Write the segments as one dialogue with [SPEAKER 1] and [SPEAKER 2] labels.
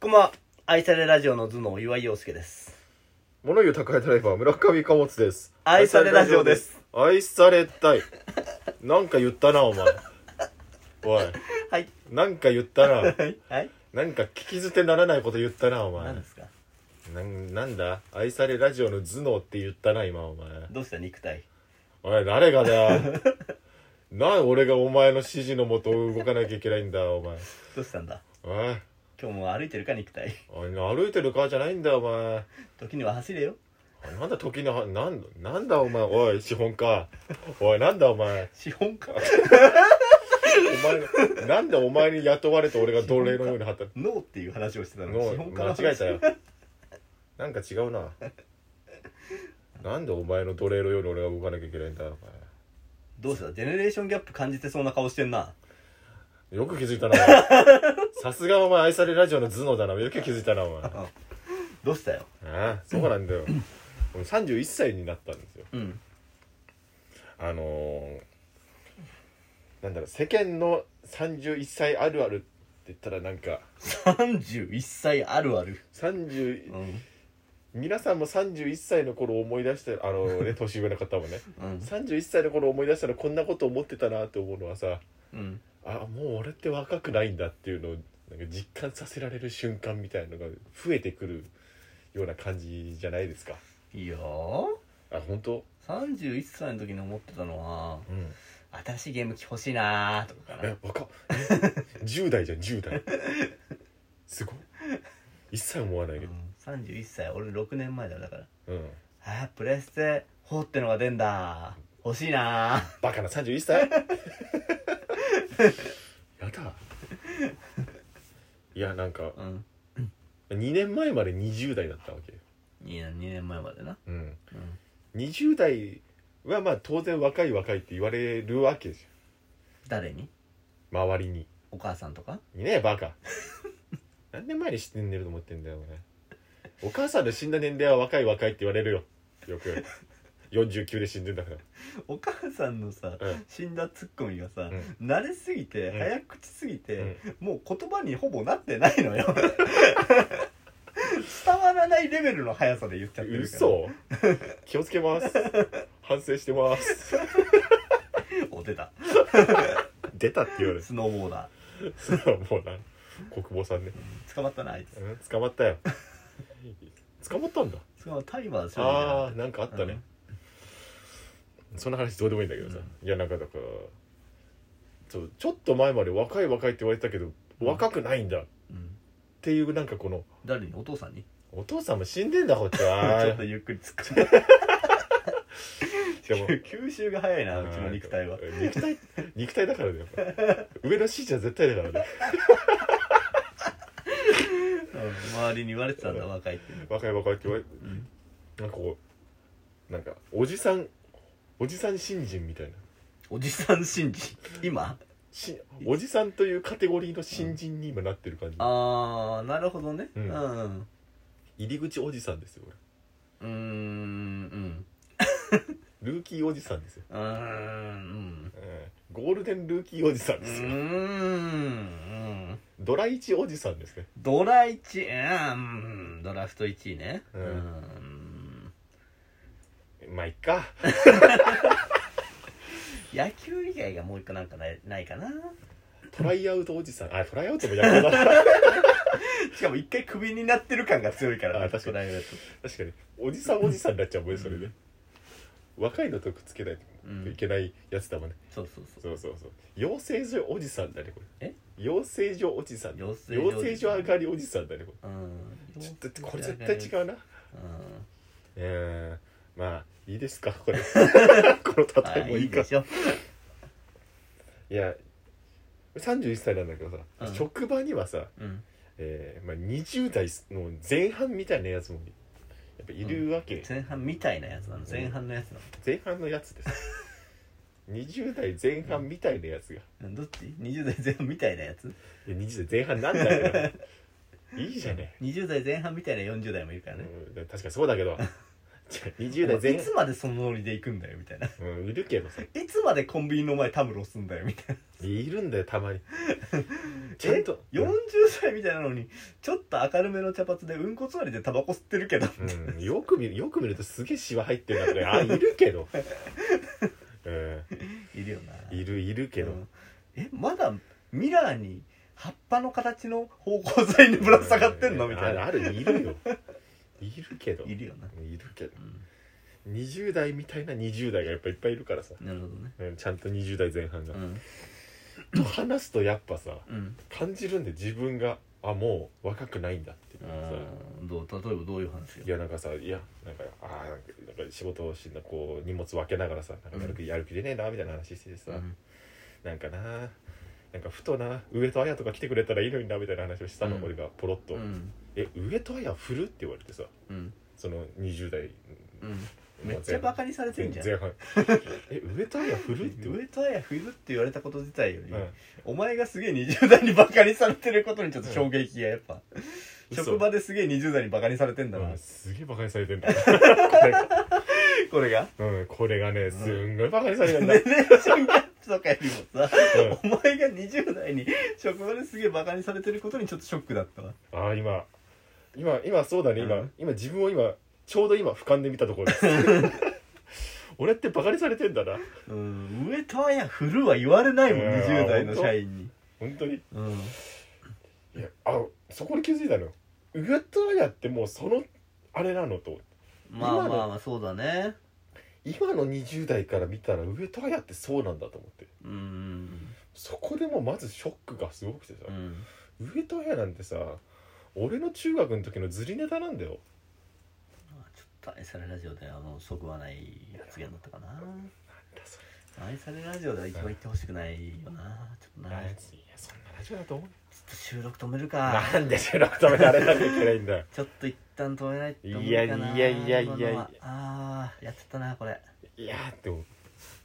[SPEAKER 1] こんばんは愛されラジオの頭脳岩井陽介です
[SPEAKER 2] 物言う宅配ドライバー村上貨物です
[SPEAKER 1] 愛されラジオです
[SPEAKER 2] 愛されたいなんか言ったなお前おい
[SPEAKER 1] はい
[SPEAKER 2] なんか言ったな
[SPEAKER 1] はいはい
[SPEAKER 2] なんか聞き捨てならないこと言ったなお前
[SPEAKER 1] 何ですか
[SPEAKER 2] なんなんだ愛されラジオの頭脳って言ったな今お前
[SPEAKER 1] どうした肉体
[SPEAKER 2] おい誰がだよなん俺がお前の指示のもと動かなきゃいけないんだお前
[SPEAKER 1] どうしたんだ
[SPEAKER 2] おい
[SPEAKER 1] 今日も歩いてるか肉体
[SPEAKER 2] おい歩いてるかじゃないんだよお前
[SPEAKER 1] 時には走れよ
[SPEAKER 2] おいなんだ時のなんなんだお前おい資本家おいなんだお前
[SPEAKER 1] 資本 家
[SPEAKER 2] お前が なんでお前に雇われて俺が奴隷のように働く
[SPEAKER 1] ノーっていう話をしてたの資本家の
[SPEAKER 2] の間違え
[SPEAKER 1] 話
[SPEAKER 2] たよなんか違うななんでお前の奴隷のように俺が動かなきゃいけないんだお
[SPEAKER 1] どうしたジェネレーションギャップ感じてそうな顔してんな
[SPEAKER 2] 前よく気づい たなさすがお前愛されラジオの頭脳だなよく気づいたなお前あ
[SPEAKER 1] どうしたよ
[SPEAKER 2] あそうなんだよ俺31歳になったんですよ
[SPEAKER 1] うん
[SPEAKER 2] あのー、なんだろう世間の31歳あるあるって言ったらなんか
[SPEAKER 1] 31歳あるある
[SPEAKER 2] 30、
[SPEAKER 1] うん
[SPEAKER 2] 皆さんも31歳の頃を思い出してあのね年上の方もね
[SPEAKER 1] うん
[SPEAKER 2] 31歳の頃を思い出したらこんなこと思ってたなって思うのはさ
[SPEAKER 1] うん
[SPEAKER 2] あもう俺って若くないんだっていうのをなんか実感させられる瞬間みたいのが増えてくるような感じじゃないですか
[SPEAKER 1] いいよ
[SPEAKER 2] あ本当
[SPEAKER 1] 31歳の時に思ってたのは
[SPEAKER 2] うん
[SPEAKER 1] 新しいゲーム機欲しいなーとかか な
[SPEAKER 2] え若っえ10代じゃん10代すごい一切思わないけど
[SPEAKER 1] うん、31歳俺6年前だよだから
[SPEAKER 2] うん
[SPEAKER 1] あープレステ4ってのが出んだ欲しいな
[SPEAKER 2] バカな31歳やだいやなんか
[SPEAKER 1] ーうん
[SPEAKER 2] 2年前まで20代だったわけよ、
[SPEAKER 1] 2年 ,2 年前までな
[SPEAKER 2] うん、
[SPEAKER 1] うん
[SPEAKER 2] 20代はまあ当然若い若いって言われるわけじ
[SPEAKER 1] 誰に
[SPEAKER 2] ゃん周りに
[SPEAKER 1] お母さんとか
[SPEAKER 2] いねえバ カ何年前に死んでると思ってんだよお前お母さんの死んだ年齢は若い若いって言われるよよく49で死んでんだから
[SPEAKER 1] お母さんのさ、
[SPEAKER 2] うん
[SPEAKER 1] 死んだツッコミがさ、
[SPEAKER 2] う
[SPEAKER 1] 慣れすぎて、
[SPEAKER 2] うん
[SPEAKER 1] 早口すぎて、もう言葉にほぼなってないのよ 伝わらないレベルの速さで言っちゃってるから
[SPEAKER 2] 嘘気をつけます反省してます
[SPEAKER 1] お出た
[SPEAKER 2] 出たって言われる
[SPEAKER 1] スノーボーダ
[SPEAKER 2] それはもうな国防さんね、
[SPEAKER 1] ー捕まったなあいつ
[SPEAKER 2] うん、捕まった よ捕まったんだ
[SPEAKER 1] 捕まったタイマーでしょ
[SPEAKER 2] ああなんかあったね、そんな話どうでもいいんだけどさ、いやなんかだからそうちょっと前まで若い若いって言われてたけど若くないんだっ
[SPEAKER 1] うん、
[SPEAKER 2] ていうなんかこの
[SPEAKER 1] 誰にお父さんに
[SPEAKER 2] お父さんも死んでんだこっち は
[SPEAKER 1] ちょっとゆっくり突っ込ん
[SPEAKER 2] しかも
[SPEAKER 1] で 吸収が早いなうちの肉体は
[SPEAKER 2] うん肉体 肉体だからだよやっぱ上の C ちゃん絶対だからね
[SPEAKER 1] うん周りに言われてたんだ若いって
[SPEAKER 2] 若い若いって言われ
[SPEAKER 1] ん
[SPEAKER 2] なんかこうなんかおじさんおじさん新人みたいな
[SPEAKER 1] おじさん信じ今
[SPEAKER 2] しおじさんというカテゴリーの新人に今なってる感じ、
[SPEAKER 1] ああなるほどねう
[SPEAKER 2] うんん
[SPEAKER 1] うん
[SPEAKER 2] 入り口おじさんですよ俺
[SPEAKER 1] うーん
[SPEAKER 2] ルーキーおじさんですよ、
[SPEAKER 1] うんうーん
[SPEAKER 2] えーゴールデンルーキーおじさん
[SPEAKER 1] う
[SPEAKER 2] です
[SPEAKER 1] ー
[SPEAKER 2] よ、
[SPEAKER 1] んうん
[SPEAKER 2] ドライチおじさんですね
[SPEAKER 1] ドラ1うんドラフト1位ねう
[SPEAKER 2] うん
[SPEAKER 1] ん
[SPEAKER 2] まあいっか
[SPEAKER 1] 野球以外がもう一個なんかないないかな
[SPEAKER 2] トライアウトおじさんあトライアウトもやって た
[SPEAKER 1] しかも一回クビになってる感が強いから
[SPEAKER 2] あ確か
[SPEAKER 1] ド
[SPEAKER 2] に
[SPEAKER 1] ライブだと
[SPEAKER 2] 確かにおじさんおじさんになっちゃうもんねそれね若いのとくっつけないといけないやつだもんね、
[SPEAKER 1] そうそうそう
[SPEAKER 2] そうそうそう養成所おじさんだねこれ
[SPEAKER 1] え
[SPEAKER 2] 養成所おじさん
[SPEAKER 1] 養
[SPEAKER 2] 養
[SPEAKER 1] 成所おじさん
[SPEAKER 2] 成所上がりおじさんだねこ
[SPEAKER 1] うん
[SPEAKER 2] れちょっとこれ絶対違うな
[SPEAKER 1] うん
[SPEAKER 2] えー、まあいいですか これこの例えもいいか
[SPEAKER 1] でしょ
[SPEAKER 2] いや31歳なんだけどさ、
[SPEAKER 1] うん
[SPEAKER 2] 職場にはさ、
[SPEAKER 1] うん
[SPEAKER 2] えーまあ、20代の前半みたいなやつもやっぱいるわけ、
[SPEAKER 1] 前半みたいなやつなの前半のやつな
[SPEAKER 2] 前半のやつです 20代前半みたいなやつが、
[SPEAKER 1] のどっち20代前半みたいなやつ
[SPEAKER 2] いや20代前半なんだ よいいじゃね
[SPEAKER 1] 20代前半みたいな40代もいるから
[SPEAKER 2] え、
[SPEAKER 1] ね
[SPEAKER 2] うん確かにそうだけど20代前
[SPEAKER 1] いつまでそのノリで行くんだよみたいな
[SPEAKER 2] うん、いるけどさ
[SPEAKER 1] いつまでコンビニの前タムロすんだよみたいない
[SPEAKER 2] るんだよた まにちゃんと
[SPEAKER 1] え40歳みたいなのにちょっと明るめの茶髪でうんこつわりでタバコ吸ってるけど
[SPEAKER 2] うん、よく見るよく見るとすげえシワ入ってるなってあいる けど、うん、
[SPEAKER 1] いるよない
[SPEAKER 2] るいるけど、
[SPEAKER 1] うんえまだミラーに葉っぱの形の芳香剤に ぶら下がってんのみたい
[SPEAKER 2] あ
[SPEAKER 1] な
[SPEAKER 2] あるいるよいるけど
[SPEAKER 1] いるよな、
[SPEAKER 2] いるけど
[SPEAKER 1] う
[SPEAKER 2] 20代みたいな20代がやっぱいっぱいいるからさ、
[SPEAKER 1] ん、なるほどね
[SPEAKER 2] うん、ちゃんと20代前半が
[SPEAKER 1] う、ん
[SPEAKER 2] と話すとやっぱさ
[SPEAKER 1] うん
[SPEAKER 2] 感じるんで自分があもう若くないんだっていうかさ、
[SPEAKER 1] どう例えばどういう話よ
[SPEAKER 2] いやなんかさいやなんかあーなんかなんか仕事をしなこう荷物分けながらさなんかやる気やる気出ねえなみたいな話しててさ、
[SPEAKER 1] うん
[SPEAKER 2] なんかななんかふとな上戸彩とか来てくれたらいいのになみたいな話をしたの、
[SPEAKER 1] うん
[SPEAKER 2] 俺がポロッと「
[SPEAKER 1] うん
[SPEAKER 2] え上戸彩振る?」って言われてさ
[SPEAKER 1] うん
[SPEAKER 2] その20代
[SPEAKER 1] うんめっちゃバカにされてんじゃん
[SPEAKER 2] 前半え上戸彩振るって言われ
[SPEAKER 1] 上戸彩冬って言われたこと自体より、
[SPEAKER 2] て、うん
[SPEAKER 1] お前がすげえ20代にバカにされてることにちょっと衝撃がやっぱ、
[SPEAKER 2] 嘘
[SPEAKER 1] 職場ですげえ20代にバカにされてんだな、
[SPEAKER 2] うんすげえバカにされてんだこ
[SPEAKER 1] これ
[SPEAKER 2] れが
[SPEAKER 1] が
[SPEAKER 2] うんこれがねすんごいバカにされてんだ、
[SPEAKER 1] 年齢ションギャップとかよりもさ、
[SPEAKER 2] うん
[SPEAKER 1] お前が20代に職場ですげえバカにされてることにちょっとショックだったわ
[SPEAKER 2] ああ今今今そうだね今、
[SPEAKER 1] うん
[SPEAKER 2] 今自分を今ちょうど今俯瞰で見たところです 俺ってバカにされてんだな
[SPEAKER 1] うん上戸彩振るは言われないもん
[SPEAKER 2] うん
[SPEAKER 1] 20代の社員に
[SPEAKER 2] 本当に
[SPEAKER 1] うん
[SPEAKER 2] いやあそこに気づいたのよウエットアイアってもうそのあれなのと
[SPEAKER 1] まあまあまあそうだね
[SPEAKER 2] 今の20代から見たらウエットアイアってそうなんだと思って
[SPEAKER 1] うん
[SPEAKER 2] そこでもうまずショックがすごくてさ
[SPEAKER 1] う、ん
[SPEAKER 2] ウエットアイアなんてさ俺の中学の時のズリネタなんだよ
[SPEAKER 1] まあちょっと愛されラジオではもうそぐわない発言だったかな
[SPEAKER 2] なんだそれ
[SPEAKER 1] 愛されラジオでは一番言ってほしくないよなちょっとなちょっ
[SPEAKER 2] いやそんなラジオだと思う
[SPEAKER 1] と収録止めるか
[SPEAKER 2] なんで収録止められなきゃいけないんだよ
[SPEAKER 1] ちょっと一旦止めないと無理かない
[SPEAKER 2] やいやいやいやいや
[SPEAKER 1] 今のはああやっちゃったなこれ
[SPEAKER 2] いやーって思うっ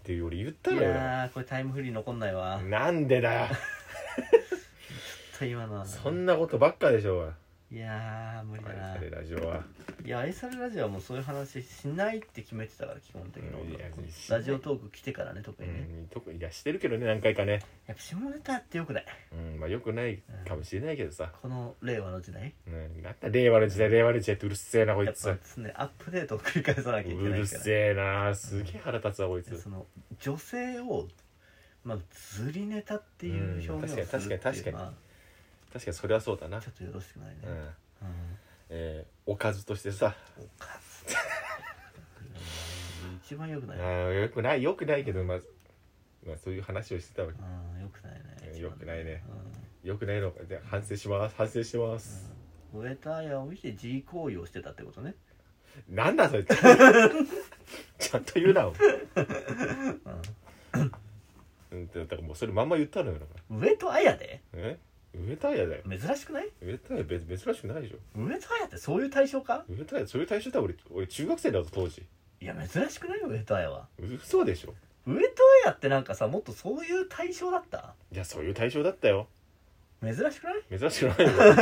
[SPEAKER 2] て俺言った
[SPEAKER 1] い
[SPEAKER 2] のよ
[SPEAKER 1] やーこれタイムフリー残んないわちょ
[SPEAKER 2] なんでだよ
[SPEAKER 1] っと今のは
[SPEAKER 2] そんなことばっかでしょ
[SPEAKER 1] いやー無理
[SPEAKER 2] お
[SPEAKER 1] だ
[SPEAKER 2] 前
[SPEAKER 1] な
[SPEAKER 2] あれラジオはい
[SPEAKER 1] や愛されラジオはもうそういう話しないって決めてたから基本的に
[SPEAKER 2] うんいやしない
[SPEAKER 1] ラジオトーク来てからね特
[SPEAKER 2] う
[SPEAKER 1] にね、
[SPEAKER 2] ん特にいやしてるけどね何回かね
[SPEAKER 1] やっぱ下ネタってよくない
[SPEAKER 2] うんまあよくないかもしれないけどさ、
[SPEAKER 1] この令和の時代
[SPEAKER 2] うん、なんだ令和の時代令和の時代ってうるせえなこ
[SPEAKER 1] や
[SPEAKER 2] い
[SPEAKER 1] っ
[SPEAKER 2] つ
[SPEAKER 1] ぱ常にアップデートを繰り返さなきゃいけ
[SPEAKER 2] う
[SPEAKER 1] ない
[SPEAKER 2] る
[SPEAKER 1] から
[SPEAKER 2] せえなすげえ腹立つわこい
[SPEAKER 1] で
[SPEAKER 2] つ
[SPEAKER 1] その女性をまあずりネタっていう表現をするってい
[SPEAKER 2] うん確かに確か
[SPEAKER 1] う
[SPEAKER 2] に
[SPEAKER 1] のは
[SPEAKER 2] 確かにそれはそうだな
[SPEAKER 1] ちょっとよろしくないね、
[SPEAKER 2] うん
[SPEAKER 1] うん
[SPEAKER 2] えーおかずとしてさ
[SPEAKER 1] おかず 一番良くな
[SPEAKER 2] あ
[SPEAKER 1] いよ
[SPEAKER 2] ーよくないよくないけど、まあまあ、そういう話をしてたわ
[SPEAKER 1] うん良くないね
[SPEAKER 2] うん良くないねけよくないのかじゃあ反省します反省してます、
[SPEAKER 1] うんウェターヤを見て G 行為をしてたってことね
[SPEAKER 2] なんだそれ ちゃんと言うなおうんだからもうそれまんま言ったのよだから
[SPEAKER 1] ウェトアヤで
[SPEAKER 2] え植えたいやだよ
[SPEAKER 1] 珍しくない
[SPEAKER 2] 植えたいや別珍しくないでしょ
[SPEAKER 1] ウェトアヤってそういう対象か
[SPEAKER 2] 植えたいやそういう対象だ俺俺中学生だぞ当時
[SPEAKER 1] いや珍しくないウェトアヤは
[SPEAKER 2] 嘘でしょ
[SPEAKER 1] ウェトアヤってなんかさもっとそういう対象だった
[SPEAKER 2] いやそういう対象だったよ
[SPEAKER 1] 珍しくない
[SPEAKER 2] 珍しくないよ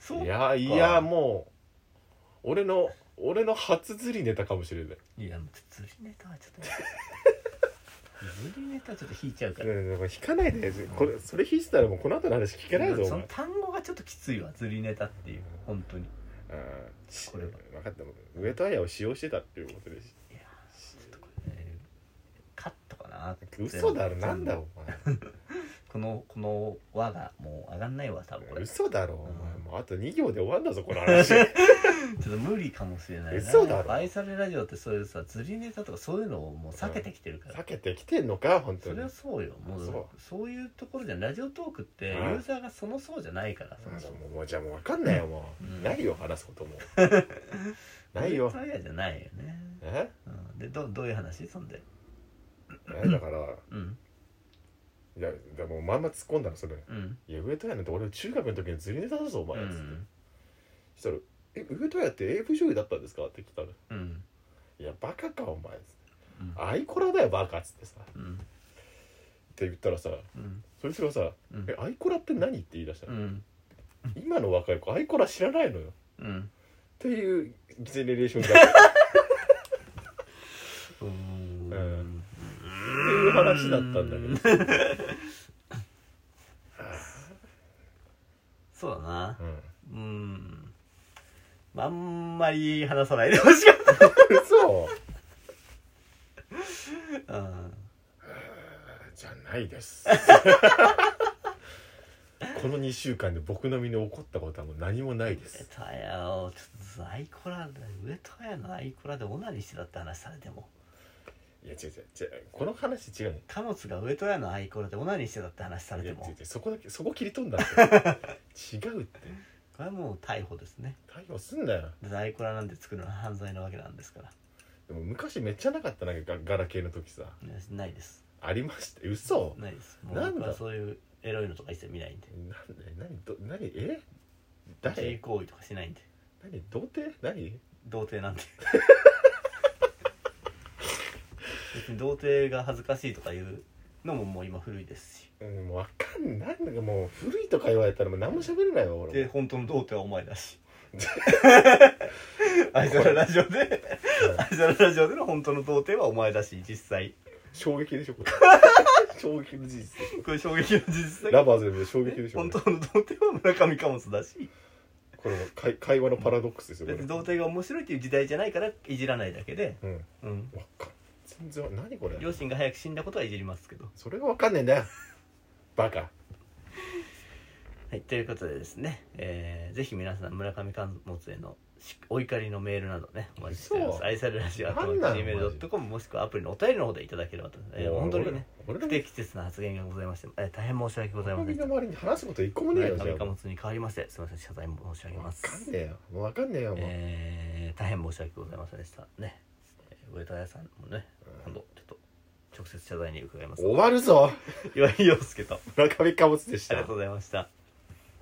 [SPEAKER 1] そう
[SPEAKER 2] いやいやもう俺の俺の初釣りネタかもしれない
[SPEAKER 1] いやもう 釣りネタはちょっと釣りネタはちょっと引いちゃうから
[SPEAKER 2] ねえねえこれ引かないでこれそれ引いてたらもうこの後の話聞けないぞお
[SPEAKER 1] その
[SPEAKER 2] 前
[SPEAKER 1] 単語がちょっときついわ釣りネタっていう本当に
[SPEAKER 2] うん
[SPEAKER 1] これは
[SPEAKER 2] 分かった植えたいやを使用してたっていうことです
[SPEAKER 1] いやーちょっとこれねカットかな
[SPEAKER 2] 嘘だろなんだ
[SPEAKER 1] ろ
[SPEAKER 2] お前
[SPEAKER 1] このこの輪がもう上がんないわ多分これちょ
[SPEAKER 2] 嘘だろ、お
[SPEAKER 1] うん
[SPEAKER 2] 前もうあと2行で終わんだぞこの 話
[SPEAKER 1] っと無理かもしれないな
[SPEAKER 2] 嘘だろ
[SPEAKER 1] やっぱ愛されラジオってそういうさ釣りネタとかそういうのをもう避けてきてるから、
[SPEAKER 2] 避けてきてんのか本当
[SPEAKER 1] そ
[SPEAKER 2] に
[SPEAKER 1] れはそうよもう
[SPEAKER 2] そ
[SPEAKER 1] そうういうところじゃんラジオトークってユ
[SPEAKER 2] うん
[SPEAKER 1] ーザーがそのそうじゃないからそも
[SPEAKER 2] あ
[SPEAKER 1] そも
[SPEAKER 2] もうもうじゃあもう分かんないよもう、
[SPEAKER 1] うん
[SPEAKER 2] ないよ話すこ ともない
[SPEAKER 1] ウ
[SPEAKER 2] よ
[SPEAKER 1] ルトライヤじゃないよね、
[SPEAKER 2] え
[SPEAKER 1] うん、でどどういう話そんで
[SPEAKER 2] えだから
[SPEAKER 1] うん
[SPEAKER 2] いやでもまんま突っ込んだのそれ
[SPEAKER 1] うん
[SPEAKER 2] 「いや上戸屋なんて俺中学の時のズリネタだぞお
[SPEAKER 1] う
[SPEAKER 2] 前」つって、
[SPEAKER 1] ん
[SPEAKER 2] そしたら「え上戸屋って AV 女優だったんですか?」って聞いたら「い
[SPEAKER 1] うん
[SPEAKER 2] やバカかお前」つって
[SPEAKER 1] うん
[SPEAKER 2] アイコラだよバカ」っつってさっ
[SPEAKER 1] うん
[SPEAKER 2] て言ったらさ
[SPEAKER 1] うん
[SPEAKER 2] そいつがさ
[SPEAKER 1] うん
[SPEAKER 2] 「えアイコラって何?」って言い出した
[SPEAKER 1] う
[SPEAKER 2] の、
[SPEAKER 1] ん
[SPEAKER 2] 今の若い子アイコラ知らないのよ
[SPEAKER 1] うん
[SPEAKER 2] っていうジェネレーション だった
[SPEAKER 1] うーん
[SPEAKER 2] うんっていう話だったんだけど、
[SPEAKER 1] そうだな
[SPEAKER 2] う
[SPEAKER 1] う
[SPEAKER 2] ん、
[SPEAKER 1] んあんまり話さないでほしかっ
[SPEAKER 2] 嘘
[SPEAKER 1] たうん
[SPEAKER 2] じゃないです この2週間で僕の身に起こったことはもう何もないです
[SPEAKER 1] たやをちょっとアイコラで上戸彩のアイコラでオナニーしてたって話されても
[SPEAKER 2] いや違う違う違うこの話違うね
[SPEAKER 1] 貨物が上戸彩のアイコラでオナニーしてたって話され
[SPEAKER 2] い
[SPEAKER 1] て
[SPEAKER 2] や違う
[SPEAKER 1] も
[SPEAKER 2] 違うそこだけそこ切り取んだ って違うって
[SPEAKER 1] これはもう逮捕ですね
[SPEAKER 2] 逮捕すんなよ
[SPEAKER 1] だってアイコラなんて作るのは犯罪なわけなんですから
[SPEAKER 2] でも昔めっちゃなかったなガガラケーの時さ
[SPEAKER 1] ねないです
[SPEAKER 2] ありました嘘
[SPEAKER 1] ないですもう
[SPEAKER 2] なんだ
[SPEAKER 1] 僕はそういうエロいのとか一切見ないんで
[SPEAKER 2] なんで何ど何
[SPEAKER 1] 自
[SPEAKER 2] え
[SPEAKER 1] 慰
[SPEAKER 2] 誰
[SPEAKER 1] 行為とかしないんで
[SPEAKER 2] 何童貞何
[SPEAKER 1] 童貞 なんで別に童貞が恥ずかしいとかいうのももう今古いですし
[SPEAKER 2] うんもうわかんないなんかもう古いとか言われたらもう何も喋れないわ俺
[SPEAKER 1] で
[SPEAKER 2] も
[SPEAKER 1] 本当の童貞はお前だ しあいつらラジオであいつらラジオでの本当の童貞はお前だし実際
[SPEAKER 2] 衝撃でし ょこれ衝撃の事実
[SPEAKER 1] これ衝撃の実際
[SPEAKER 2] ラバーズで衝撃でしょ
[SPEAKER 1] 本
[SPEAKER 2] これ
[SPEAKER 1] 当の童貞は村上貨物だし
[SPEAKER 2] これもかい会話のパラドックスですよこ
[SPEAKER 1] 別
[SPEAKER 2] れ
[SPEAKER 1] に童貞が面白いっていう時代じゃないからいじらないだけで、
[SPEAKER 2] うん
[SPEAKER 1] うん、
[SPEAKER 2] わかん全然わ何これ
[SPEAKER 1] 両親が早く死んだことはいじりますけど
[SPEAKER 2] それがわかんねえんだよバカ
[SPEAKER 1] はい、ということでですね、えー、ぜひ皆さん村上関物へのしお怒りのメールなどねお待ちしておりま
[SPEAKER 2] そ
[SPEAKER 1] す
[SPEAKER 2] う
[SPEAKER 1] 愛されラジオ
[SPEAKER 2] なんなの
[SPEAKER 1] Gmail.com もしくはアプリのお便りの方でいただければと、えー、本当にね不
[SPEAKER 2] 俺ら俺ら
[SPEAKER 1] 適切な発言がございまして、えー、大変申し訳ございませ
[SPEAKER 2] み
[SPEAKER 1] ん
[SPEAKER 2] んな周りに話すこと一個もねえよじゃ
[SPEAKER 1] 村上
[SPEAKER 2] あ
[SPEAKER 1] 貨
[SPEAKER 2] わ
[SPEAKER 1] 物に代わりましてすみません謝罪申し上げま
[SPEAKER 2] かん
[SPEAKER 1] す、
[SPEAKER 2] ねえよもうわかんねえよもう、
[SPEAKER 1] えー、大変申し訳ございませんでしたね、えー、上田屋さんもね今度ちょっと直接謝罪に伺います
[SPEAKER 2] 終わるぞ
[SPEAKER 1] 岩井陽介と
[SPEAKER 2] 村上貨物でし
[SPEAKER 1] あ
[SPEAKER 2] た
[SPEAKER 1] りがとうございました